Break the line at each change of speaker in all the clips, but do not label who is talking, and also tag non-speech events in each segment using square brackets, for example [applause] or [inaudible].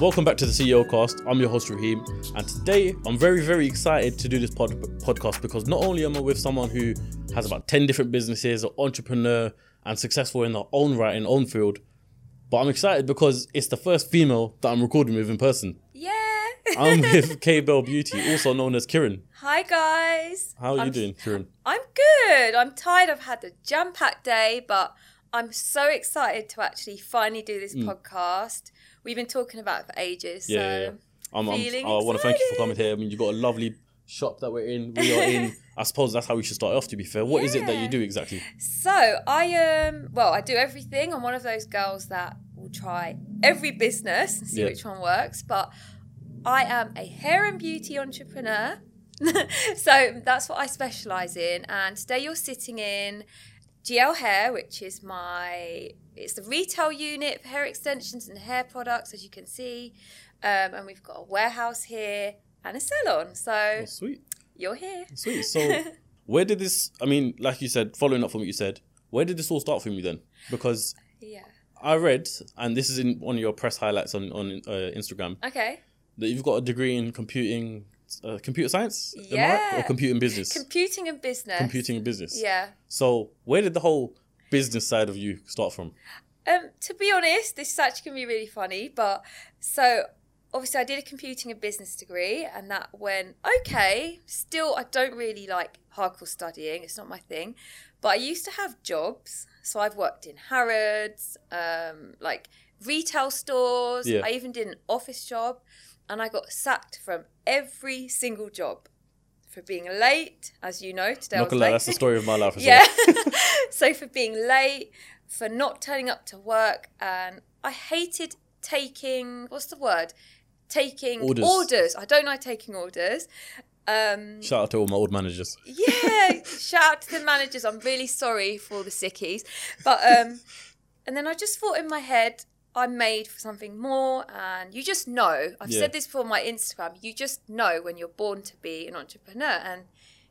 Welcome back to the CEO Cast. I'm your host Raheem, and today I'm very, very excited to do this pod- podcast because not only am I with someone who has about ten different businesses, an entrepreneur, and successful in their own right, in their own field, but I'm excited because it's the first female that I'm recording with in person.
Yeah. [laughs]
I'm with K Bell Beauty, also known as Kieran.
Hi guys.
How are
I'm,
you doing, Kieran?
I'm good. I'm tired. I've had a jam-packed day, but I'm so excited to actually finally do this podcast. We've been talking about it for ages.
Mm. Yeah,
so
yeah, yeah. I'm, I'm,
feeling
I want to thank you for
excited.
coming here. I mean, you've got a lovely shop that we're in. We are
[laughs]
in. I suppose that's how we should start off. To be fair, what is it that you
Yeah.
do exactly?
So I um well I do everything. I'm one of those girls that will try every business and see
Yeah.
which one works. But I am a hair and beauty entrepreneur. [laughs] so that's what I specialise in. And today you're sitting in GL Hair, which is my it's the retail unit for hair extensions and hair products, as you can see. Um, and we've got a warehouse here and a salon. So
Oh, sweet.
you're here.
Sweet. So,
[laughs]
where did this? I mean, like you said, following up from what you said, where did this all start for you then? Because
Yeah.
I read, and this is in one of your press highlights on on uh, Instagram,
Okay.
that you've got a degree in computing, uh, computer science, am I right?
Yeah.
or computing business,
Computing and
[laughs]
business.
computing and business.
Yeah.
So, where did the whole business side of you start from?
Um, to be honest, this is actually gonna be really funny, but so obviously I did a computing and business degree and that went okay. Still I don't really like hardcore studying, it's not my thing. But I used to have jobs. So I've worked in Harrods, um, like retail stores,
Yeah.
I even did an office job and I got sacked from every single job for being late, as you know, today I
Not
was
gonna lie,
late.
that's the story of my life.
[laughs]
As
Yeah.
well. [laughs]
so for being late, for not turning up to work, and I hated taking what's the word? Taking
Orders.
I don't like taking orders. Um,
Shout out to all my old managers.
yeah,
[laughs]
shout out to the managers. I'm really sorry for all the sickies, but um, and then I just thought in my head, I'm made for something more, and you just know. I've
Yeah.
said this before on my Instagram. You just know when you're born to be an entrepreneur, and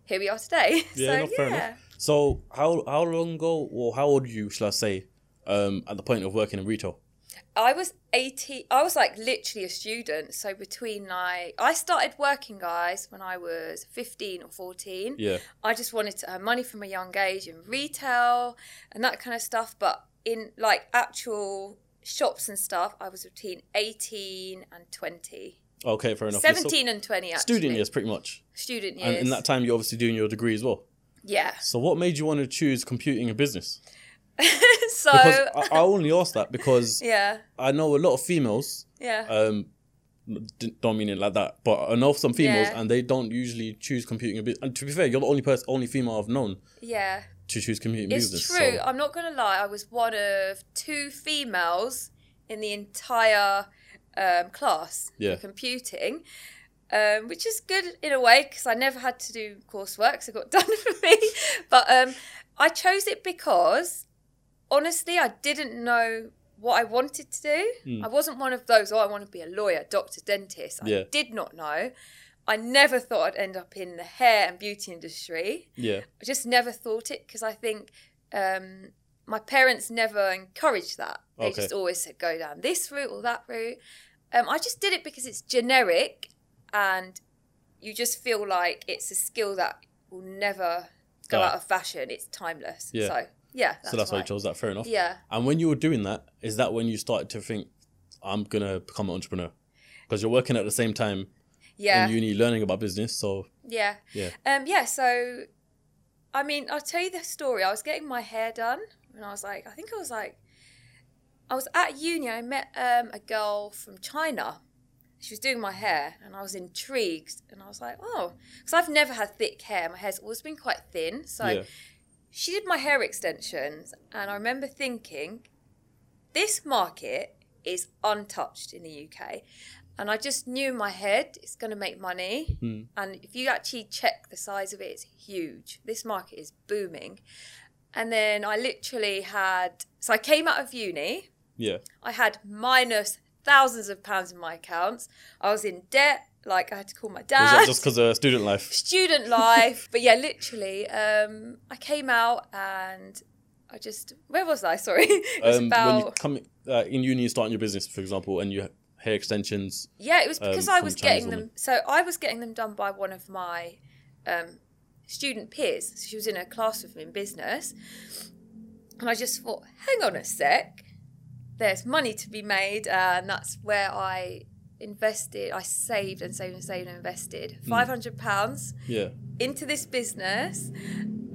here we are today. [laughs]
Yeah,
so,
no, fair
yeah.
enough. So, how how long ago, or how old were you, shall I say, um, at the point of working in retail?
I was 18. I was like literally a student. So between like, I started working, guys, when I was 15 or 14.
Yeah.
I just wanted to earn money from a young age in retail and that kind of stuff. But in like actual shops and stuff, I was between 18 and 20.
Okay, fair enough. Yeah, so-
17 and 20, actually.
student years, pretty much.
Student years.
And in that time, you're obviously doing your degree as well.
yeah. [laughs]
So, what made you want to choose computing and business?
so,
Because I, I only ask that because
[laughs] yeah.
I know a lot of females,
Yeah.
um, d- don't mean it like that, but I know some females,
Yeah.
and they don't usually choose computing and business. And to be fair, you're the only person, only female I've known
yeah.
to choose computing and
It's
business.
true.
So,
I'm not going to lie. I was one of two females in the entire um, class
Yeah.
for computing, um, which is good in a way because I never had to do coursework, so it got [laughs] done for me. but um, I chose it because honestly, I didn't know what I wanted to do. I wasn't one of those, oh, I want to be a lawyer, doctor, dentist. I
Hmm. Yeah.
did not know. I never thought I'd end up in the hair and beauty industry.
yeah,
I just never thought it because I think um, my parents never encouraged that. They
Okay.
just always said go down this route or that route. Um, I just did it because it's generic and you just feel like it's a skill that will never go
Die.
out of fashion. It's timeless.
Ah. Yeah.
So, yeah.
so that's why you
why.
chose that. Fair enough.
Yeah.
And when you were doing that, is that when you started to think, I'm gonna become an entrepreneur? Because you're working at the same time
Yeah.
in uni, learning about business. So
Yeah.
Yeah.
[laughs] Um, yeah. So, I mean, I'll tell you the story. I was getting my hair done, and I was like, I think I was like, I was at uni. I met um, a girl from China. She was doing my hair, and I was intrigued. And I was like, oh, because I've never had thick hair. My hair's always been quite thin. So
yeah,
she did my hair extensions, and I remember thinking, this market is untouched in the UK. And I just knew in my head it's going to make money.
Hmm.
And if you actually check the size of it, it's huge. This market is booming. And then I literally had, so I came out of uni,
yeah,
I had minus thousands of pounds in my accounts. I was in debt, like I had to call my
was
dad
that just because of student life?
student life. but yeah, literally, um, I came out and I just where was I? [laughs] Sorry, it was
um, when you
about
come uh, in uni, starting your business, for example, and you hair extensions.
Yeah, it was
um,
because I
from
was
Chinese
getting
woman.
them. So I was getting them done by one of my um, student peers. She was in a class with me in business, and I just thought, hang on a sec, there's money to be made, uh, and that's where I invested. I saved and saved and saved and invested
Hmm.
five hundred pounds
Yeah.
into this business,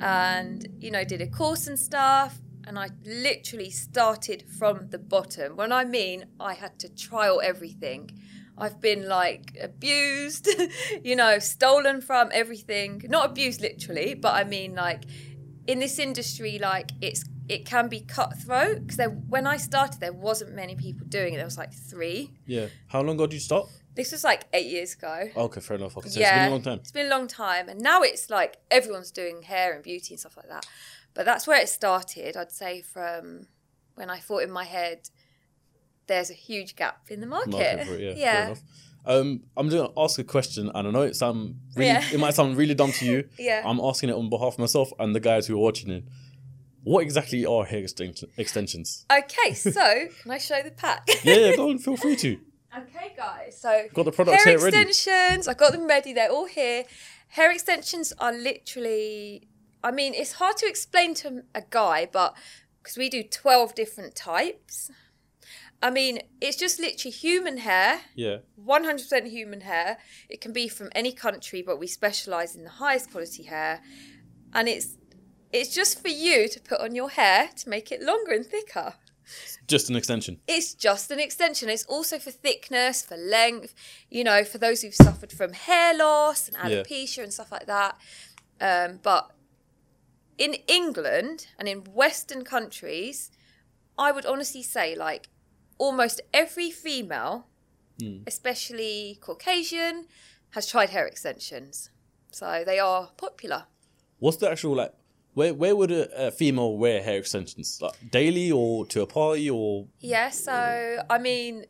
and you know, did a course and stuff. And I literally started from the bottom. When I mean, I had to trial everything. I've been like abused, [laughs] you know, stolen from everything. Not abused literally, but I mean like in this industry, like it's it can be cutthroat. Because when I started, there wasn't many people doing it. There was like three.
Yeah. How long ago did you start?
This was like eight years ago.
Okay, fair enough. Okay, so it's been a long time.
It's been a long time, and now it's like everyone's doing hair and beauty and stuff like that. But that's where it started, I'd say, from when I thought in my head, there's a huge gap in the market.
Market for it,
[laughs]
yeah. Fair enough. Um, I'm going to ask a question, and I know it sound really,
Yeah.
it might sound really dumb to you.
[laughs] Yeah.
I'm asking it on behalf of myself and the guys who are watching it. What exactly are hair extension, extensions?
Okay, so can I show the pack? [laughs]
Yeah, yeah, go on, feel free to.
Okay, guys. So
Got the products
hair
here ready.
extensions. I got them ready. They're all here. Hair extensions are literally. I mean, it's hard to explain to a guy, but because we do twelve different types. I mean, it's just literally human hair,
Yeah,
100% human hair. It can be from any country, but we specialize in the highest quality hair. And it's it's just for you to put on your hair to make it longer and thicker.
just an extension.
It's just an extension. It's also for thickness, for length, you know, for those who've suffered from hair loss and
Yeah.
alopecia and stuff like that. Um, but in England and in Western countries, I would honestly say like almost every female, especially Caucasian, has tried hair extensions. So they are popular.
What's the actual like? Where where would a, a female wear hair extensions? Like daily or to a party or
Yeah, so I mean,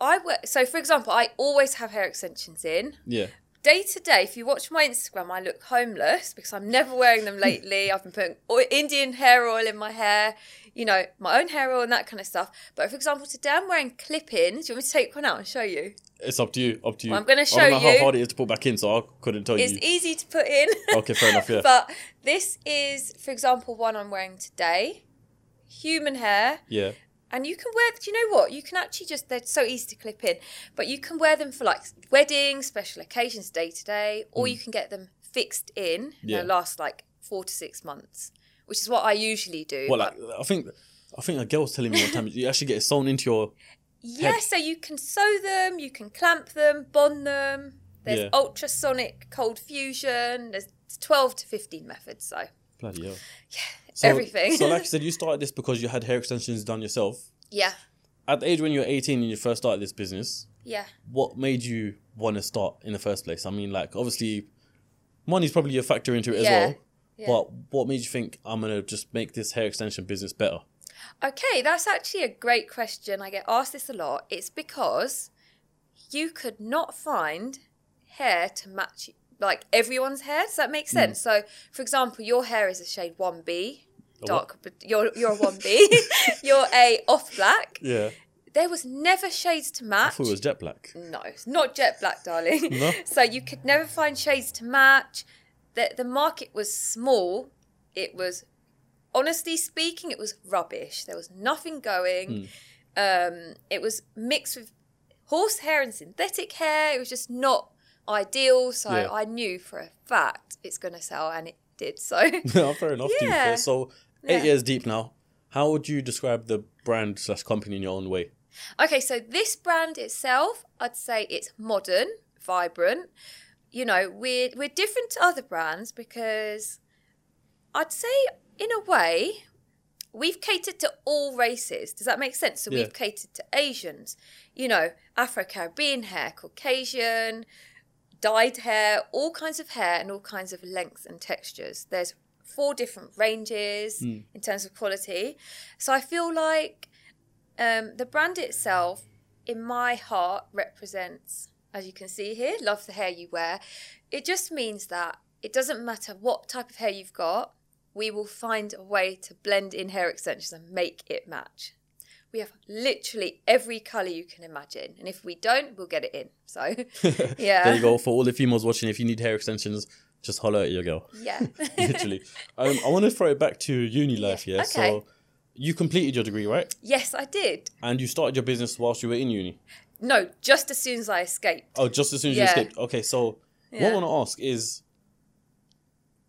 I work. So for example, I always have hair extensions in.
yeah.
day to day, if you watch my Instagram, I look homeless because I'm never wearing them lately. I've been putting oil, Indian hair oil in my hair, you know, my own hair oil and that kind of stuff. But for example, today I'm wearing clip ins. Do you want me to take one out and show you?
It's up to you. Up to you.
Well, I'm gonna
I
show
don't know how
you.
hard it is to put back in, so I couldn't tell
It's
you.
easy to put in. [laughs]
Okay, fair enough, yeah.
but this is, for example, one I'm wearing today human hair.
yeah.
And you can wear, do you know what? You can actually just, they're so easy to clip in, but you can wear them for like weddings, special occasions, day to day, or you can get them fixed in. and
Mm. Yeah.
They'll last like four to six months, which is what I usually do.
Well,
but-
like I think I think a girl's telling me one time you actually get it sewn into your
yeah, so you can sew them, you can clamp them, bond them. There's
Yeah.
ultrasonic cold fusion. There's 12 to 15 methods, so.
bloody hell.
So- everything.
so, like
[laughs]
you said, you started this because you had hair extensions done yourself.
Yeah,
At the age when you were 18 and you first started this business,
yeah.
what made you want to start in the first place? I mean, like, obviously, money's probably a factor into it
Yeah,
as well.
yeah.
But what made you think I'm going to just make this hair extension business better?
Okay, that's actually a great question. I get asked this a lot. It's because you could not find hair to match like everyone's hair. Does that make
Hmm.
sense? So, for example, your hair is a shade one B,
what?
dark, but you're you're a one B. [laughs] you're a off black.
Yeah.
There was never shades to
I
match.
thought it was jet black. [laughs]
No, it's not jet black, darling.
No?
[laughs] So you could never find shades to match. The the market was small. It was honestly speaking, it was rubbish. There was nothing going.
Hmm.
Um, it was mixed with horsehair and synthetic hair. It was just not ideal. So
Yeah.
I knew for a fact it's gonna sell and it did so. [laughs]
No, Fair enough, to be
Yeah.
fair. So, eight
Yeah.
years deep now, how would you describe the brand slash company in your own way?
Okay, so this brand itself, I'd say it's modern, vibrant. You know, we're we're different to other brands because I'd say in a way we've catered to all races. Does that make sense? So
Yeah.
we've catered to Asians, you know, Afro-Caribbean hair, Caucasian, dyed hair, all kinds of hair and all kinds of lengths and textures. There's four different ranges
Hmm.
in terms of quality. So I feel like um, the brand itself, in my heart, represents, as you can see here, love the hair you wear. It just means that it doesn't matter what type of hair you've got, we will find a way to blend in hair extensions and make it match. We have literally every colour you can imagine. And if we don't, we'll get it in. So, [laughs]
[laughs]
yeah.
There you go. For all the females watching, if you need hair extensions, just holler at your
[laughs]
girl.
Yeah.
Literally. Um, I want to throw it back to uni life, yeah?
Yeah, okay.
So you completed your degree, right?
yes, I did.
And you started your business whilst you were in uni.
No, just as soon as I escaped.
Oh, just as soon as you
Yeah.
escaped. Okay, so what
Yeah.
I want to ask is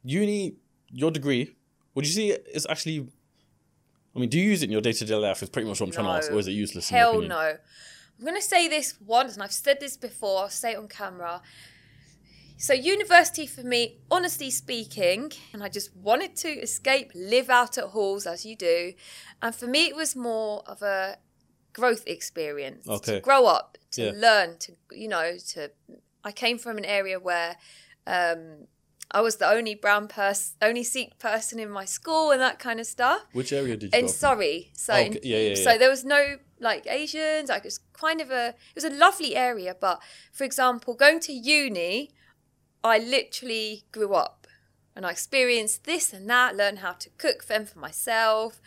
uni, your degree, would you see it is actually. I mean, do you use it in your day to day life? Is pretty much what I'm trying to ask, or is it useless? in your
Hell
opinion?
no. I'm going to say this once, and I've said this before, I'll say it on camera. So, university for me, honestly speaking, and I just wanted to escape, live out at halls as you do. And for me, it was more of a growth experience
Okay.
to grow up, to
Yeah.
learn, to, you know, to. I came from an area where um, I was the only brown person, only Sikh person in my school and that kind of stuff.
Which area did you
in
go?
Surrey. So
Oh, Okay, yeah, yeah, yeah.
so there was no like Asians. Like it was kind of a it was a lovely area, but for example, going to uni, I literally grew up and I experienced this and that, learned how to cook them for myself.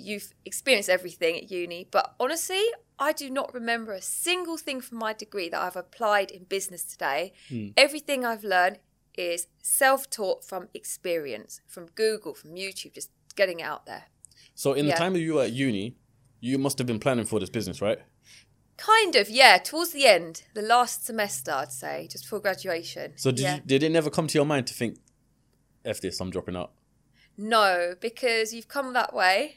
You've experienced everything at uni, but honestly, I do not remember a single thing from my degree that I've applied in business today.
Hmm.
Everything I've learned is self taught from experience, from Google, from YouTube, just getting it out there.
So in the
Yeah.
time that you were at uni, you must have been planning for this business, right?
Kind of, yeah. Towards the end, the last semester, I'd say, just before graduation.
So did
yeah.
you, did it never come to your mind to think, "F this, I'm dropping out"?
No, because you've come that way,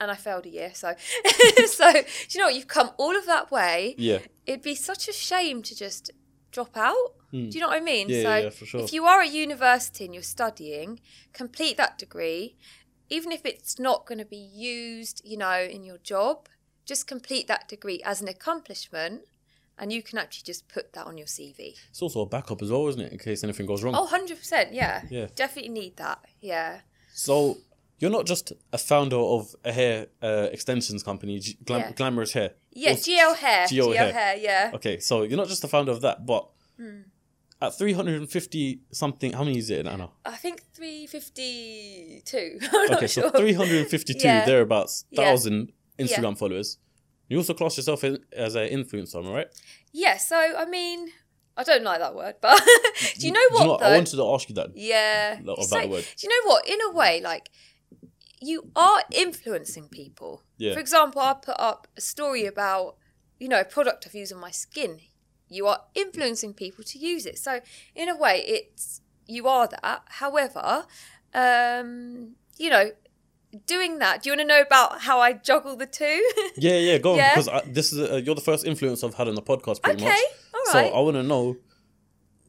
and I failed a year. So, [laughs] so do you know what? You've come all of that way.
Yeah,
It'd be such a shame to just drop out. Do you know what I mean?
Hmm. Yeah,
so,
yeah, yeah, for sure.
if you are at university and you're studying, complete that degree, even if it's not going to be used, you know, in your job. Just complete that degree as an accomplishment, and you can actually just put that on your CV.
it's also a backup as well, isn't it? In case anything goes wrong.
Oh, 100%, yeah.
Mm. Yeah.
Definitely need that. Yeah.
So you're not just a founder of a hair uh, extensions company, G- glam-
Yeah.
glamorous hair.
Yeah,
Or-
GL hair.
GL
GL,
hair.
hair. yeah.
Okay, so you're not just the founder of that, but
Hmm.
at 350 something, how many is it, Anna?
I think 352. [laughs] I'm
Okay,
[laughs] not
so
sure.
352
[laughs] Yeah.
thereabouts
Yeah.
thousand
Yeah.
Instagram followers. You also class yourself in, as an influencer, am I right?
Yeah, so, I mean, I don't like that word, but [laughs] [laughs] do you know
Do
what,
you know what?
though?
I wanted to ask you that.
yeah.
Not
It's
about
like-
the word.
Do you know what? In a way, like, you are influencing people.
Yeah.
For example, I put up a story about, you know, a product I've used on my skin. You are influencing people to use it. So in a way, it's you are that. However, um, you know, doing that. Do you want to know about how I juggle the two? [laughs]
Yeah, yeah, go on
Yeah.
because I, this is uh you're the first influence I've had on the podcast, pretty
okay,
much.
all
So
right.
I want to know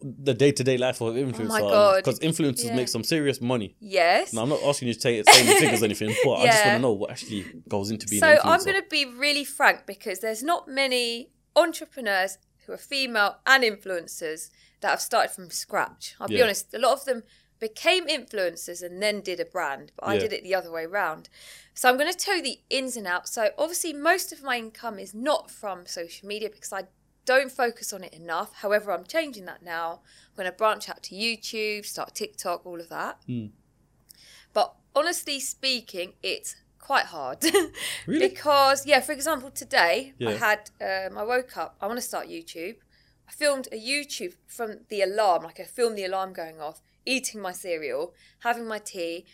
the day to day life of an influencer.
Oh God.
because influencers
Yeah.
make some serious money.
yes.
Now I'm not asking you to take say any
[laughs]
figures or anything, but I just
Yeah.
want to know what actually goes into being.
so
an influencer.
I'm going to be really frank because there's not many entrepreneurs who are female and influencers that have started from scratch. I'll be
Yeah.
honest, a lot of them became influencers and then did a brand, but I
Yeah.
did it the other way round. So I'm going to tell you the ins and outs. So obviously, most of my income is not from social media because I don't focus on it enough. However, I'm changing that now. I'm going to branch out to YouTube, start TikTok, all of that.
Hmm.
But honestly speaking, it's quite hard. [laughs]
Really?
Because yeah, for example, today I
Yeah.
had um, I woke up. I want to start YouTube. I filmed a YouTube from the alarm, like I filmed the alarm going off, eating my cereal, having my tea,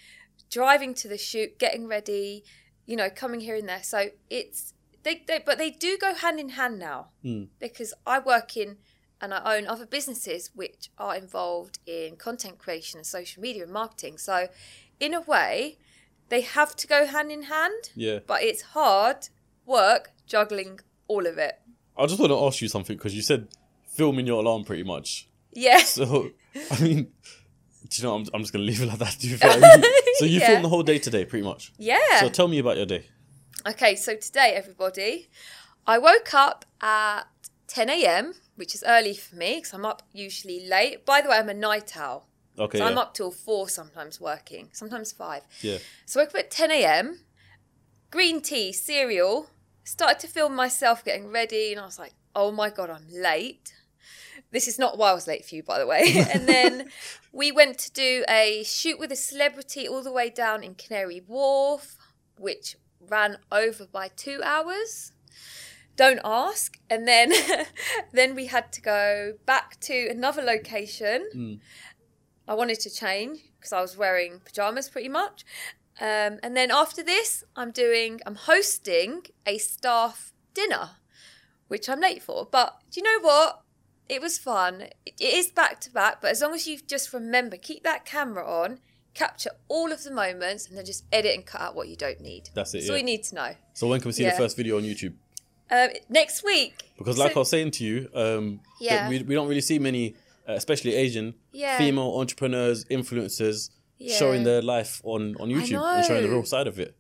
driving to the shoot, getting ready, you know, coming here and there. So it's they, they but they do go hand in hand now
Hmm.
because I work in and I own other businesses which are involved in content creation and social media and marketing. So, in a way, they have to go hand in hand,
yeah,
but it's hard work juggling all of it.
I just want to ask you something because you said filming your alarm pretty much.
Yes.
So [laughs] I mean, do you know? I'm, I'm just going to leave it like that. [laughs] Do you
[laughs]
feel what I mean? So you
Yeah.
film the whole day today, pretty much.
Yeah.
So tell me about your day.
Okay, so today, everybody, I woke up at 10 a.m., which is early for me because I'm up usually late. By the way, I'm a night owl.
Okay.
So
yeah.
I'm up till four sometimes working, sometimes five.
yeah.
So I woke up at 10 a.m. Green tea, cereal. Started to film myself getting ready, and I was like, "Oh my god, I'm late." This is not why I was late for you, by the way. and then we went to do a shoot with a celebrity all the way down in Canary Wharf, which ran over by two hours. Don't ask. And then, [laughs] then we had to go back to another location.
Mm.
I wanted to change because I was wearing pajamas pretty much. Um, and then after this, I'm doing, I'm hosting a staff dinner, which I'm late for. But do you know what? It was fun. It it is back to back, but as long as you just remember, keep that camera on, capture all of the moments, and then just edit and cut out what you don't need.
That's it.
That's all
Yeah.
you need to know.
So when can we see the
Yeah.
first video on YouTube?
Um, next week.
Because like
So-
I was saying to you, um, that
Yeah.
we, we don't really see many, uh, especially Asian
Yeah.
female entrepreneurs, influencers
Yeah.
showing their life on on YouTube and showing the
know.
real side of it.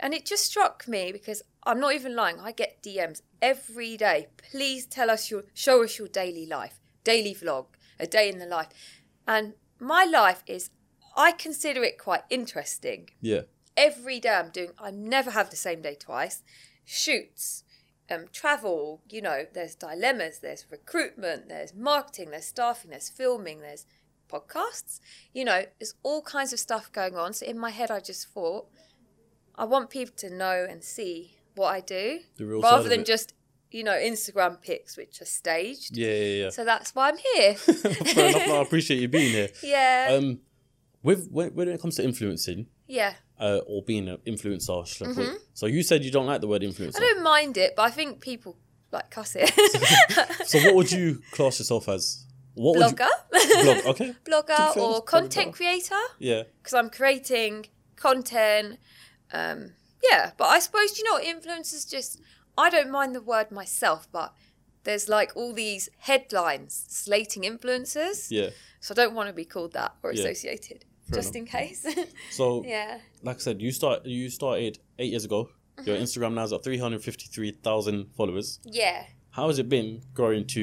And it just struck me because I'm not even lying. I get DMs every day. Please tell us your, show us your daily life, daily vlog, a day in the life. And my life is, I consider it quite interesting.
Yeah,
Every day I'm doing, I never have the same day twice. Shoots, um, travel, you know, there's dilemmas, there's recruitment, there's marketing, there's staffing, there's filming, there's podcasts. You know, there's all kinds of stuff going on. So in my head, I just thought, I want people to know and see what I do
the real side
rather
of
than
it.
just, you know, Instagram pics, which are staged.
yeah, yeah, [laughs] Um, yeah.
So that's why I'm
[laughs]
here.
Fair enough. No, I appreciate you being
[laughs]
here.
yeah.
Um, with when, when it comes to influencing
yeah.
uh, or being an influencer, shall I put it. so you said you don't like the word influencer.
Mm-hmm. I don't mind it, but I think people like cuss it.
So what
[laughs]
would you class yourself as? [laughs] What
Blogger.
would you blog? Okay,
Blogger
fair,
or
that's probably
content
better.
creator.
yeah,
because I'm creating content. Um, yeah, but I suppose you know what, influencers just I don't mind the word myself, but there's like all these headlines slating influencers,
yeah.
so I don't want to be called that or
Yeah.
associated,
Fair
just in case. [laughs]
So
yeah,
like I said, you start you started eight years ago. Your
Mm-hmm.
Instagram now is at three hundred fifty three thousand followers.
yeah.
How has it been growing to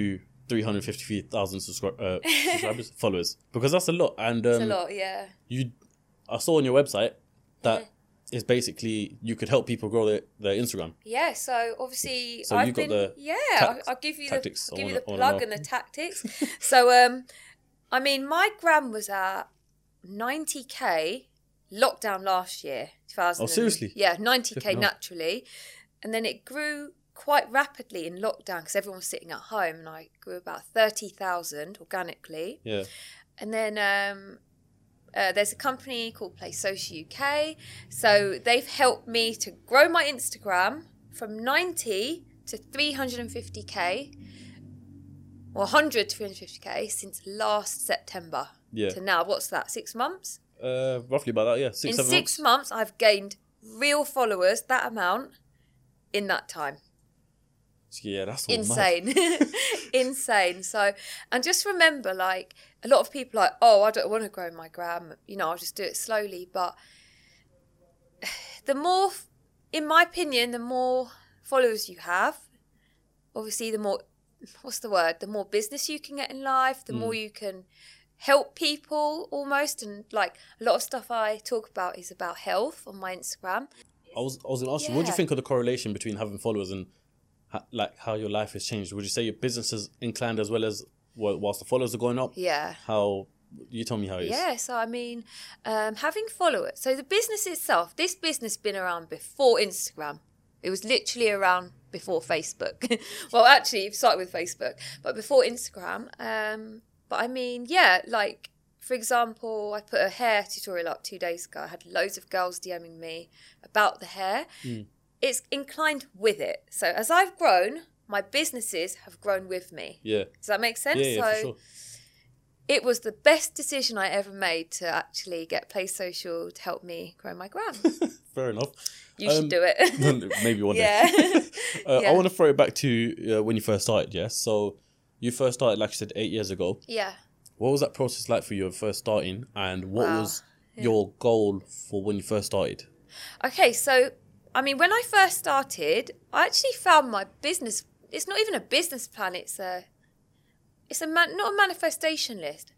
three hundred fifty three thousand subscri-
[laughs]
uh, subscribers followers? Because that's a lot, and
It's
um,
a lot, yeah.
you I saw on your website that is basically you could help people grow their, their Instagram.
Yeah, so obviously
So
I've
you've got
been
the
yeah.
tac-
I'll, I'll give you
tactics
the I'll give
on
you the
it- on and
plug
off.
and the tactics. [laughs] so um, I mean, my gram was at ninety k lockdown last year, two thousand.
Oh, seriously?
Yeah, ninety k
Flipping hell.
naturally, and then it grew quite rapidly in lockdown because everyone was sitting at home, and I grew about thirty thousand organically.
Yeah.
And then um, uh, there's a company called Play Social UK. So they've helped me to grow my Instagram from 90 to 350k or 100 to 350k since last September
Yeah.
to now. What's that? Six months?
Uh, roughly about that, yeah. Six,
in
seven
six
months.
months, I've gained real followers that amount in that time
Yeah, that's all mad.
insane [laughs] insane so and just remember like a lot of people are like oh i don't want to grow my gram you know i'll just do it slowly but [sighs] the more in my opinion the more followers you have obviously the more what's the word the more business you can get in life the more you can help people almost and like a lot of stuff i talk about is about health on my instagram
I was I was gonna ask you, what do you
Yeah.
think of the correlation between having followers and ha- like how your life has changed? Would you say your business has inclined as well as wh- whilst the followers are going up?
yeah
How you tell me how it is.
Yeah, so I mean, um, having followers. So the business itself, this business been around before Instagram. It was literally around before Facebook. [laughs] well, actually, it started with Facebook, but before Instagram. Um, but I mean, yeah, like for example, I put a hair tutorial up two days ago. I had loads of girls DMing me about the hair.
Hmm.
It's inclined with it. So as I've grown, my businesses have grown with me.
Yeah.
Does that make sense?
Yeah, yeah,
so
for sure.
it was the best decision I ever made to actually get Play Social to help me grow my gram.
[laughs] Fair enough.
[laughs]
[laughs]
You should
Um,
do it.
Maybe one day.
[laughs] yeah. [laughs]
Uh, I
Yeah.
want to throw it back to uh, when you first started, yeah? So you first started, like you said, eight years ago.
yeah.
What was that process like for you of first starting, and what
Wow.
was your goal for when you first started?
Okay, so I mean, when I first started, I actually found my business. It's not even a business plan. It's a, it's a man, not a manifestation list,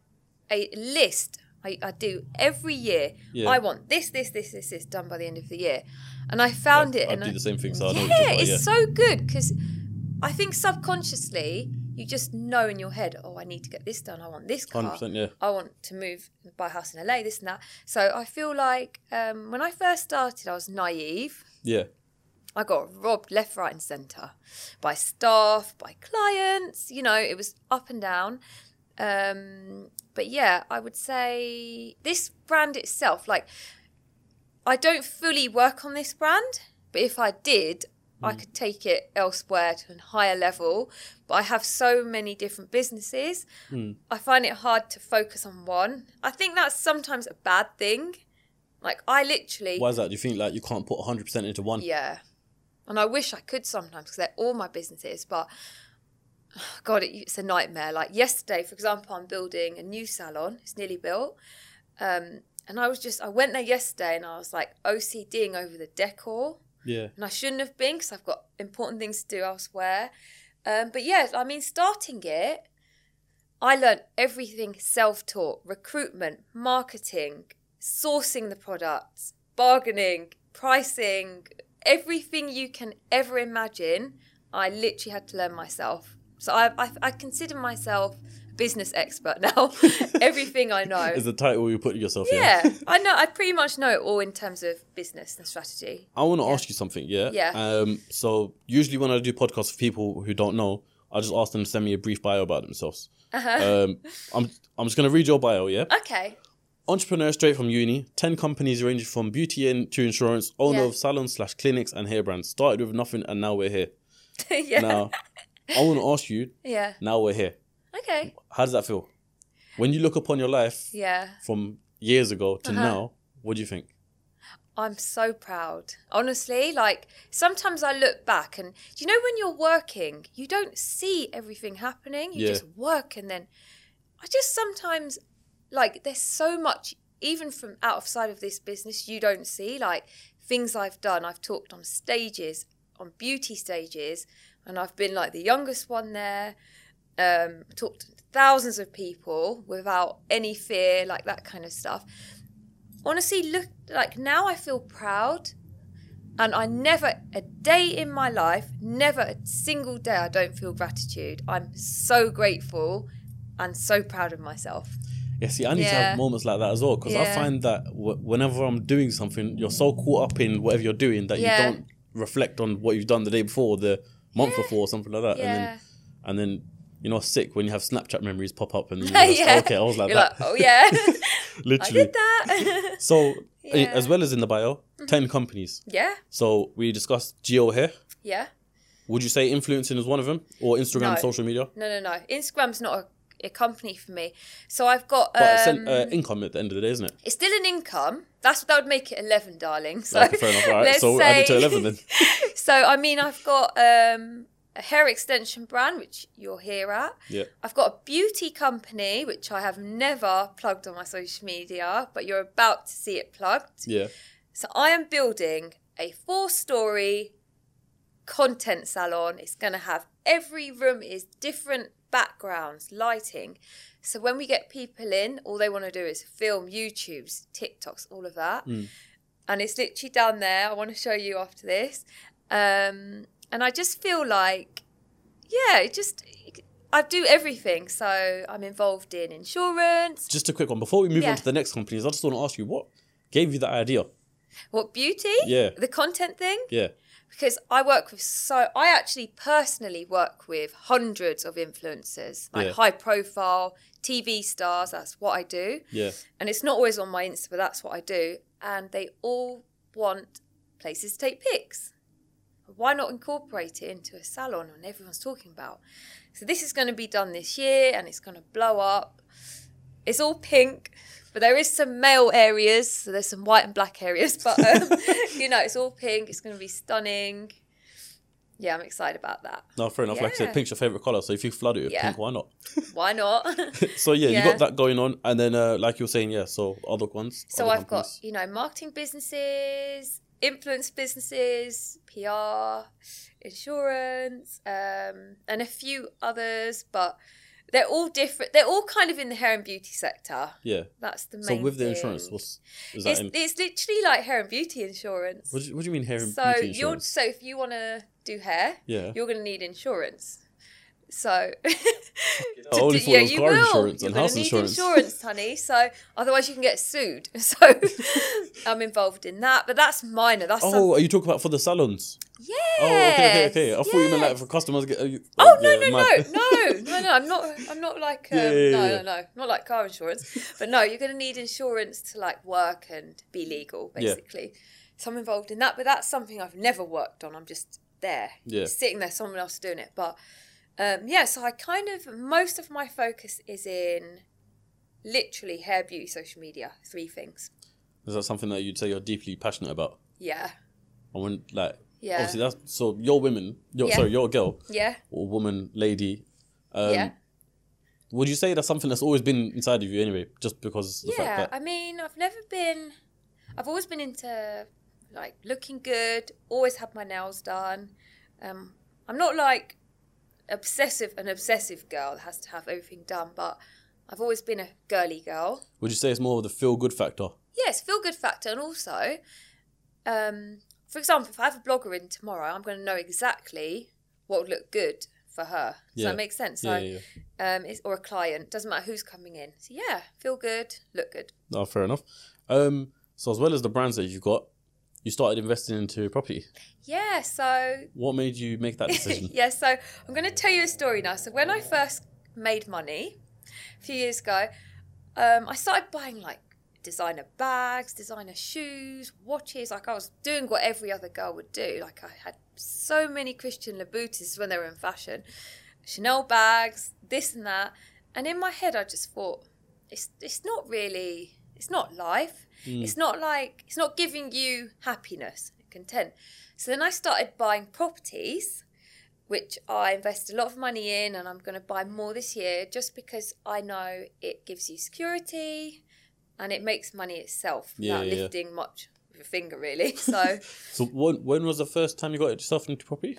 a list I, I do every year.
Yeah.
I want this, this, this, this, this done by the end of the year, and I found it.
I
and
do
I-
the same thing, so I know what you're
yeah,
talking about,
it's
yeah.
so good because I think subconsciously you just know in your head, oh, I need to get this done. I want this car.
100%, yeah.
I want to move, buy a house in LA, this and that. So I feel like um, when I first started, I was naive.
Yeah.
I got robbed left, right, and centre by staff, by clients. You know, it was up and down. Um, but yeah, I would say this brand itself, like, I don't fully work on this brand, but if I did, I could take it elsewhere to a higher level. But I have so many different businesses. I find it hard to focus on one. I think that's sometimes a bad thing. Like, I literally.
Why is that? Do you think like you can't put 100% into one?
Yeah. And I wish I could sometimes because they're all my businesses, but [sighs] God, it, it's a nightmare. Like yesterday, for example, I'm building a new salon, it's nearly built. Um, and I was just, I went there yesterday and I was like OCDing over the decor.
Yeah.
And I shouldn't have been because I've got important things to do elsewhere. Um, but yeah, I mean, starting it, I learned everything self taught recruitment, marketing, sourcing the products, bargaining, pricing, everything you can ever imagine. I literally had to learn myself. So I, I, I consider myself a business expert [laughs] now. everything I know.
Is the title you put yourself in.
yeah, I know. I pretty much know it all in terms of business and strategy.
I want to ask you something, yeah?
Yeah.
Um, so usually when I do podcasts for people who don't know, I just ask them to send me a brief bio about themselves.
Uh-huh.
Um, I'm, I'm just going to read your bio, yeah?
Okay. [laughs]
Entrepreneur straight from uni, 10 companies ranging from beauty in to insurance, owner
Yeah.
of salons slash clinics and hair brands. Started with nothing and now we're
[laughs]
here.
yeah.
Now, I want to ask you,
Yeah.
now we're here.
Okay.
How does that feel? When you look upon your life
Yeah.
from years ago to
Uh-huh.
now, what do you think?
I'm so proud. Honestly, like sometimes I look back and do you know when you're working, you don't see everything happening. You
Yeah.
just work and then I just sometimes like there's so much even from outside of this business you don't see like things I've done. I've talked on stages, on beauty stages, and I've been like the youngest one there. Um talked to thousands of people without any fear like that kind of stuff honestly look like now I feel proud and I never a day in my life, never a single day I don't feel gratitude. I'm so grateful and so proud of myself.
Yeah, see, I need to have
Yeah.
moments like that as well because I
Yeah.
find that w- whenever I'm doing something, you're so caught up in whatever you're doing that
Yeah.
you don't reflect on what you've done the day before, or the month before, or something like that. And
Yeah.
then, and then you know, sick when you have Snapchat memories pop up
[laughs]
and you realize,
Yeah.
"Oh, okay, I was like
You're
that,
like,
[laughs]
oh yeah, [laughs] I
literally.
did that.
So, eh,
Yeah. Mm-hmm.
as well as in the bio, ten companies.
[laughs] yeah,
So we discussed geo here.
yeah.
Would you say influencing is one of them, or Instagram,
No.
social media?
No, no, no. Instagram's not a, a company for me. So I've got um,
But it's an uh, income at the end of the day, isn't
[laughs]
it?
it's still an income. That's that would make it eleven, darling. So
Okay, fair enough. All right,
let's
so add it to
say-
eleven then.
[laughs] So I mean, I've got um, a hair extension brand, which you're here at.
Yeah.
I've got a beauty company, which I have never plugged on my social media, but you're about to see it plugged.
Yeah.
So I am building a four-story content salon. It's going to have every room is different backgrounds, lighting. So when we get people in, all they want to do is film YouTubes, TikToks, all of that. And it's literally down there. I want to show you after this. Um, and I just feel like, yeah, it just I do everything. So I'm involved in insurance.
just a quick one before we move
Yeah.
on to the next companies. I just want to ask you what gave you that idea?
What beauty?
Yeah.
The content thing.
Yeah,
because I work with so I actually personally work with hundreds of influencers, like
Yeah.
high profile TV stars. That's what I do,
yeah,
and it's not always on my Insta, but that's what I do. And they all want places to take pics. Why not incorporate it into a salon and everyone's talking about? So this is going to be done this year, and it's going to blow up. It's all pink. But there is some male areas, so there's some white and black areas, [laughs] but um, you know, it's all pink. It's going to be stunning. Yeah, I'm excited about that.
No, fair enough. Like I said,
Yeah.
pink's your favorite color, so if you flood it with
Yeah.
pink, why not?
Why not? [laughs]
So yeah, you
Yeah.
got that going on, and then uh, like you were saying, yeah. So other ones.
so
other
I've got,
companies.
you know, marketing businesses, influence businesses, PR, insurance, um, and a few others, but they're all different. They're all kind of in the hair and beauty sector.
yeah.
That's the main
So with the
thing.
insurance, what's is that?
it's,
In,
it's literally like hair and beauty insurance.
what, do you, what do you mean hair and
So
beauty
you're
insurance?
so if you want to do hair,
Yeah.
you're going to need insurance. So
I only thought it was car insurance
You're
and
gonna
house
need
insurance.
insurance, honey. So otherwise you can get sued. [laughs]
[laughs]
So I'm involved in that, but that's minor. That's
Oh,
some-
are you talking about for the salons?
yeah.
Oh, okay, okay, okay. I thought you meant like for customers. Get, are you,
Oh no
yeah,
no
mad.
no
[laughs]
no no no! I'm not I'm not like um,
Yeah, yeah,
no
yeah.
no no not like car insurance, but no, you're going to need insurance to like work and be legal
Yeah.
basically. So I'm involved in that, but that's something I've never worked on. I'm just there,
Yeah.
sitting there, someone else doing it. But um, yeah, so I kind of most of my focus is in literally hair, beauty, social media, three things.
Is that something that you'd say you're deeply passionate about?
Yeah,
I wouldn't like.
Yeah.
Obviously, that's so. You're women. You're,
Yeah.
Sorry, you're a girl
yeah,
or woman, lady. Um,
yeah.
Would you say that's something that's always been inside of you anyway? Just because the
yeah,
fact that
I mean, I've never been. I've always been into like looking good. Always had my nails done. Um, I'm not like obsessive, an obsessive girl that has to have everything done, but I've always been a girly girl.
would you say it's more of the feel good factor?
Yes, feel good factor, and also, um, for example, if I have a blogger in tomorrow, I'm going to know exactly what would look good for her. Does
Yeah.
that make sense? So,
yeah, yeah, yeah.
Um, it's, or a client doesn't matter who's coming in. So yeah, feel good, look good.
Oh, fair enough. Um, so as well as the brands that you've got, you started investing into property.
Yeah, so
What made you make that decision?
[laughs] yeah, so I'm going to tell you a story now. So when I first made money a few years ago, um, I started buying like designer bags, designer shoes, watches. Like I was doing what every other girl would do. Like I had so many Christian Louboutis when they were in fashion, Chanel bags, this and that. And in my head, I just thought, it's it's not really, it's not life.
Hmm.
It's not like it's not giving you happiness, and content. So then I started buying properties which I invest a lot of money in and I'm going to buy more this year just because I know it gives you security and it makes money itself
Yeah,
without
yeah, yeah.
lifting much with a finger really. [laughs] So
So when, when was the first time you got yourself into property?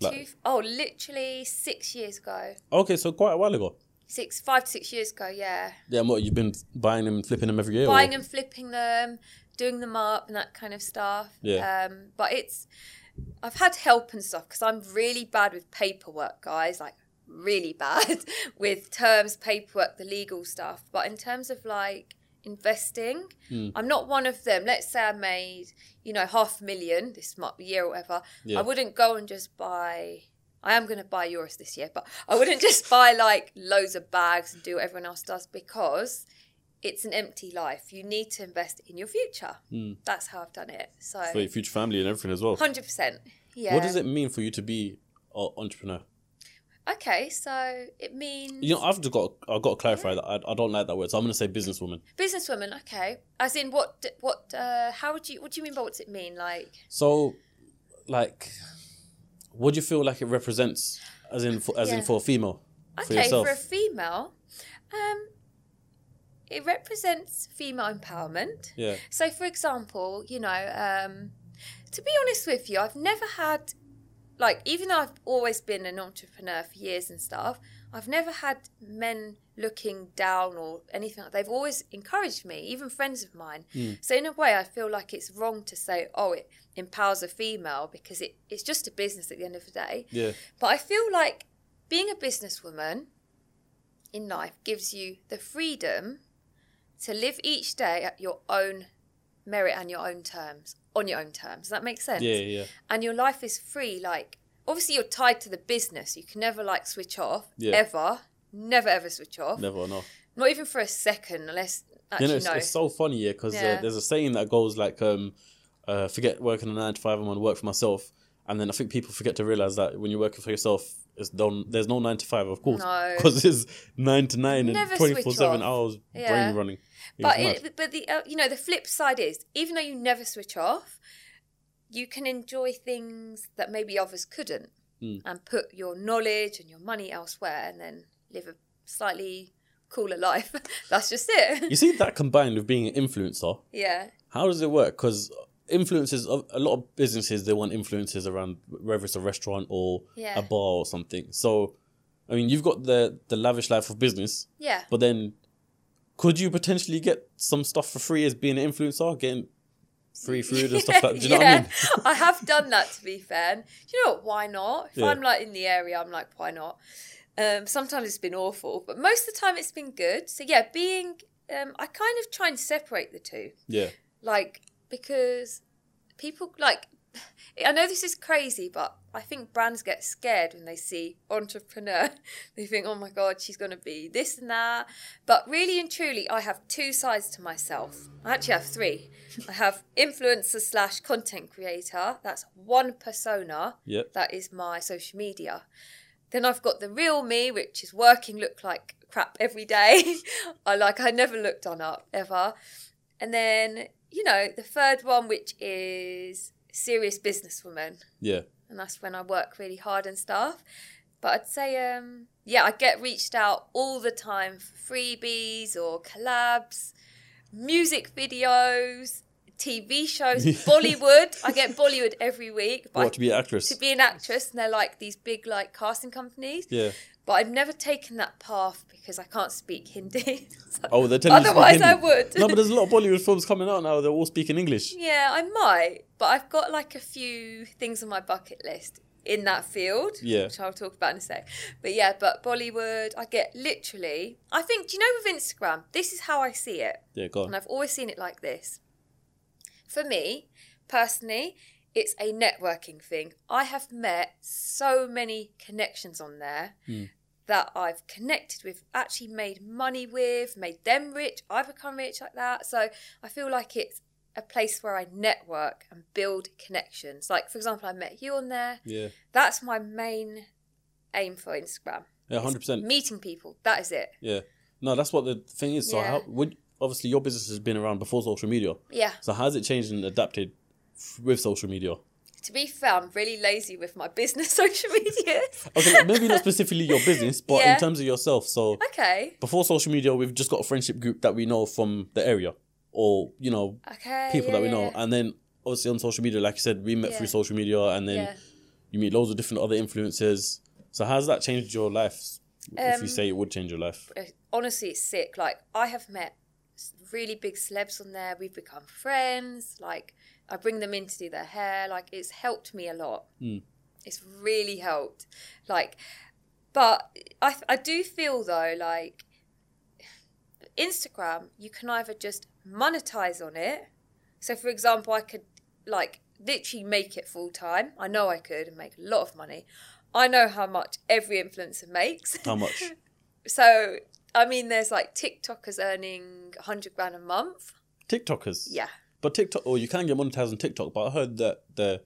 two, oh literally 6 years ago.
Okay, so quite a while ago.
6 5 to 6 years ago, yeah.
Yeah, and what you've been buying them, flipping them every year. or-
buying and flipping them, doing them up, and that kind of stuff.
Yeah.
Um, but it's, I've had help and stuff because I'm really bad with paperwork, guys. Like really bad [laughs] with terms, paperwork, the legal stuff. But in terms of like investing,
Hmm.
I'm not one of them. Let's say I made, you know, half a million this month, year or whatever.
Yeah.
I wouldn't go and just buy. I am going to buy yours this year, but I wouldn't just [laughs] buy like loads of bags and do what everyone else does because it's an empty life. You need to invest in your future.
Hmm.
That's how I've done it. So
for your future family and everything as well.
hundred percent. Yeah.
What does it mean for you to be an entrepreneur?
Okay, so it means
You know, I've just got I've got to clarify that I, I don't like that word, so I'm gonna say businesswoman.
businesswoman. Okay, as in what? d- What? Uh, how would you? What do you mean by what's it mean? Like
So, like, what do you feel like it represents, as in for, as in
Yeah.
for a female, for
okay
yourself?
for a female, um, it represents female empowerment.
yeah,
So, for example, you know, um, to be honest with you, I've never had, like, even though I've always been an entrepreneur for years and stuff, I've never had men looking down or anything. like They've always encouraged me, even friends of mine. So, in a way, I feel like it's wrong to say, oh, it empowers a female because it, it's just a business at the end of the day.
yeah,
But I feel like being a businesswoman in life gives you the freedom to live each day at your own merit and your own terms, on your own terms. Does that make sense?
yeah, yeah,
And your life is free. Like, obviously, you're tied to the business. You can never, like, switch off,
Yeah.
ever. Never, ever switch off.
never enough.
Not even for a second, unless, actually,
you know, it's,
no.
it's so funny, yeah, because uh,
Yeah.
there's a saying that goes like, um, uh, "Forget working a nine to five. I'm gonna work for myself." And then I think people forget to realize that when you're working for yourself, it's do there's no nine to five, of course,
No.
because it's nine to nine
Never
and
switch
twenty four seven
off.
hours
Yeah.
brain running. It was
but
mad.
it, but the uh, you know the flip side is even though you never switch off you can enjoy things that maybe others couldn't
Hmm.
and put your knowledge and your money elsewhere and then live a slightly cooler life [laughs] that's just it
[laughs] you see that combined with being an influencer,
yeah
how does it work? Because influencers, a a lot of businesses they want influencers around whether it's a restaurant or
Yeah.
a bar or something. So, I mean, you've got the the lavish life of business,
yeah
but then could you potentially get some stuff for free as being an influencer, getting free food and stuff like that? Do you
[laughs]
know what I mean?
I have done that to be fair. And do you know what? Why not? If
Yeah.
I'm like in the area, I'm like, why not? Um, sometimes it's been awful, but most of the time it's been good. So yeah, being um, I kind of try and separate the two,
Yeah.
like because people like [laughs] I know this is crazy, but I think brands get scared when they see entrepreneur. [laughs] they think, oh my god, she's going to be this and that. But really and truly, I have two sides to myself. I actually have three. I have influencer slash content creator. That's one persona.
Yeah.
That is my social media. Then I've got the real me, which is working, look like crap every day. [laughs] I like, I never look done up ever. And then, you know, the third one, which is serious businesswoman.
Yeah.
And that's when I work really hard and stuff. But I'd say, um, yeah, I get reached out all the time for freebies or collabs, music videos, TV shows, Bollywood. I get Bollywood every week. But I
What to be an actress?
to be an actress and they're like these big like casting companies
yeah.
but i've never taken that path because i can't speak hindi [laughs] So-
Oh, they're telling you to speak
Otherwise I
Hindi.
would.
No, but there's a lot of Bollywood films coming out now. They're all speaking English.
yeah i might but i've got like a few things on my bucket list in that field
Yeah.
which i'll talk about in a sec but yeah but bollywood i get literally i think do you know with instagram this is how i see it
Yeah, go
and
on.
I've always seen it like this. For me, personally, it's a networking thing. I have met so many connections on there that I've connected with, actually made money with, made them rich, I become rich like that. So I feel like it's a place where I network and build connections. Like, for example, I met you on there.
Yeah.
That's my main aim for Instagram.
Yeah, 100%.
Meeting people. That is it.
Yeah. No, that's what the thing is. So,
Yeah.
how, would, obviously, your business has been around before social media.
Yeah.
So, how's it changed and adapted f- with social media?
To be fair, I'm really lazy with my [laughs] business social media.
Okay, maybe not specifically your business, but
Yeah.
in terms of yourself. So,
Okay.
before social media, we've just got a friendship group that we know from the area or, you know,
Okay.
people
yeah,
that we
yeah,
know.
yeah.
And then, obviously, on social media, like you said, we met
Yeah.
through social media and then
Yeah.
you meet loads of different other influencers. So, how's that changed your life? if you
Um,
say it would change your life.
Uh, Honestly, it's sick. Like, I have met s- really big celebs on there. We've become friends. Like, I bring them in to do their hair. Like, it's helped me a lot. It's really helped. Like, but I, I do feel though, like, Instagram, you can either just monetize on it. So, for example, I could like literally make it full time. I know I could and make a lot of money. I know how much every influencer makes. [laughs]
How much?
So, I mean, there's like TikTokers earning 100 grand a month.
TikTokers.
Yeah.
But TikTok, or you can get monetized on TikTok. But I heard that the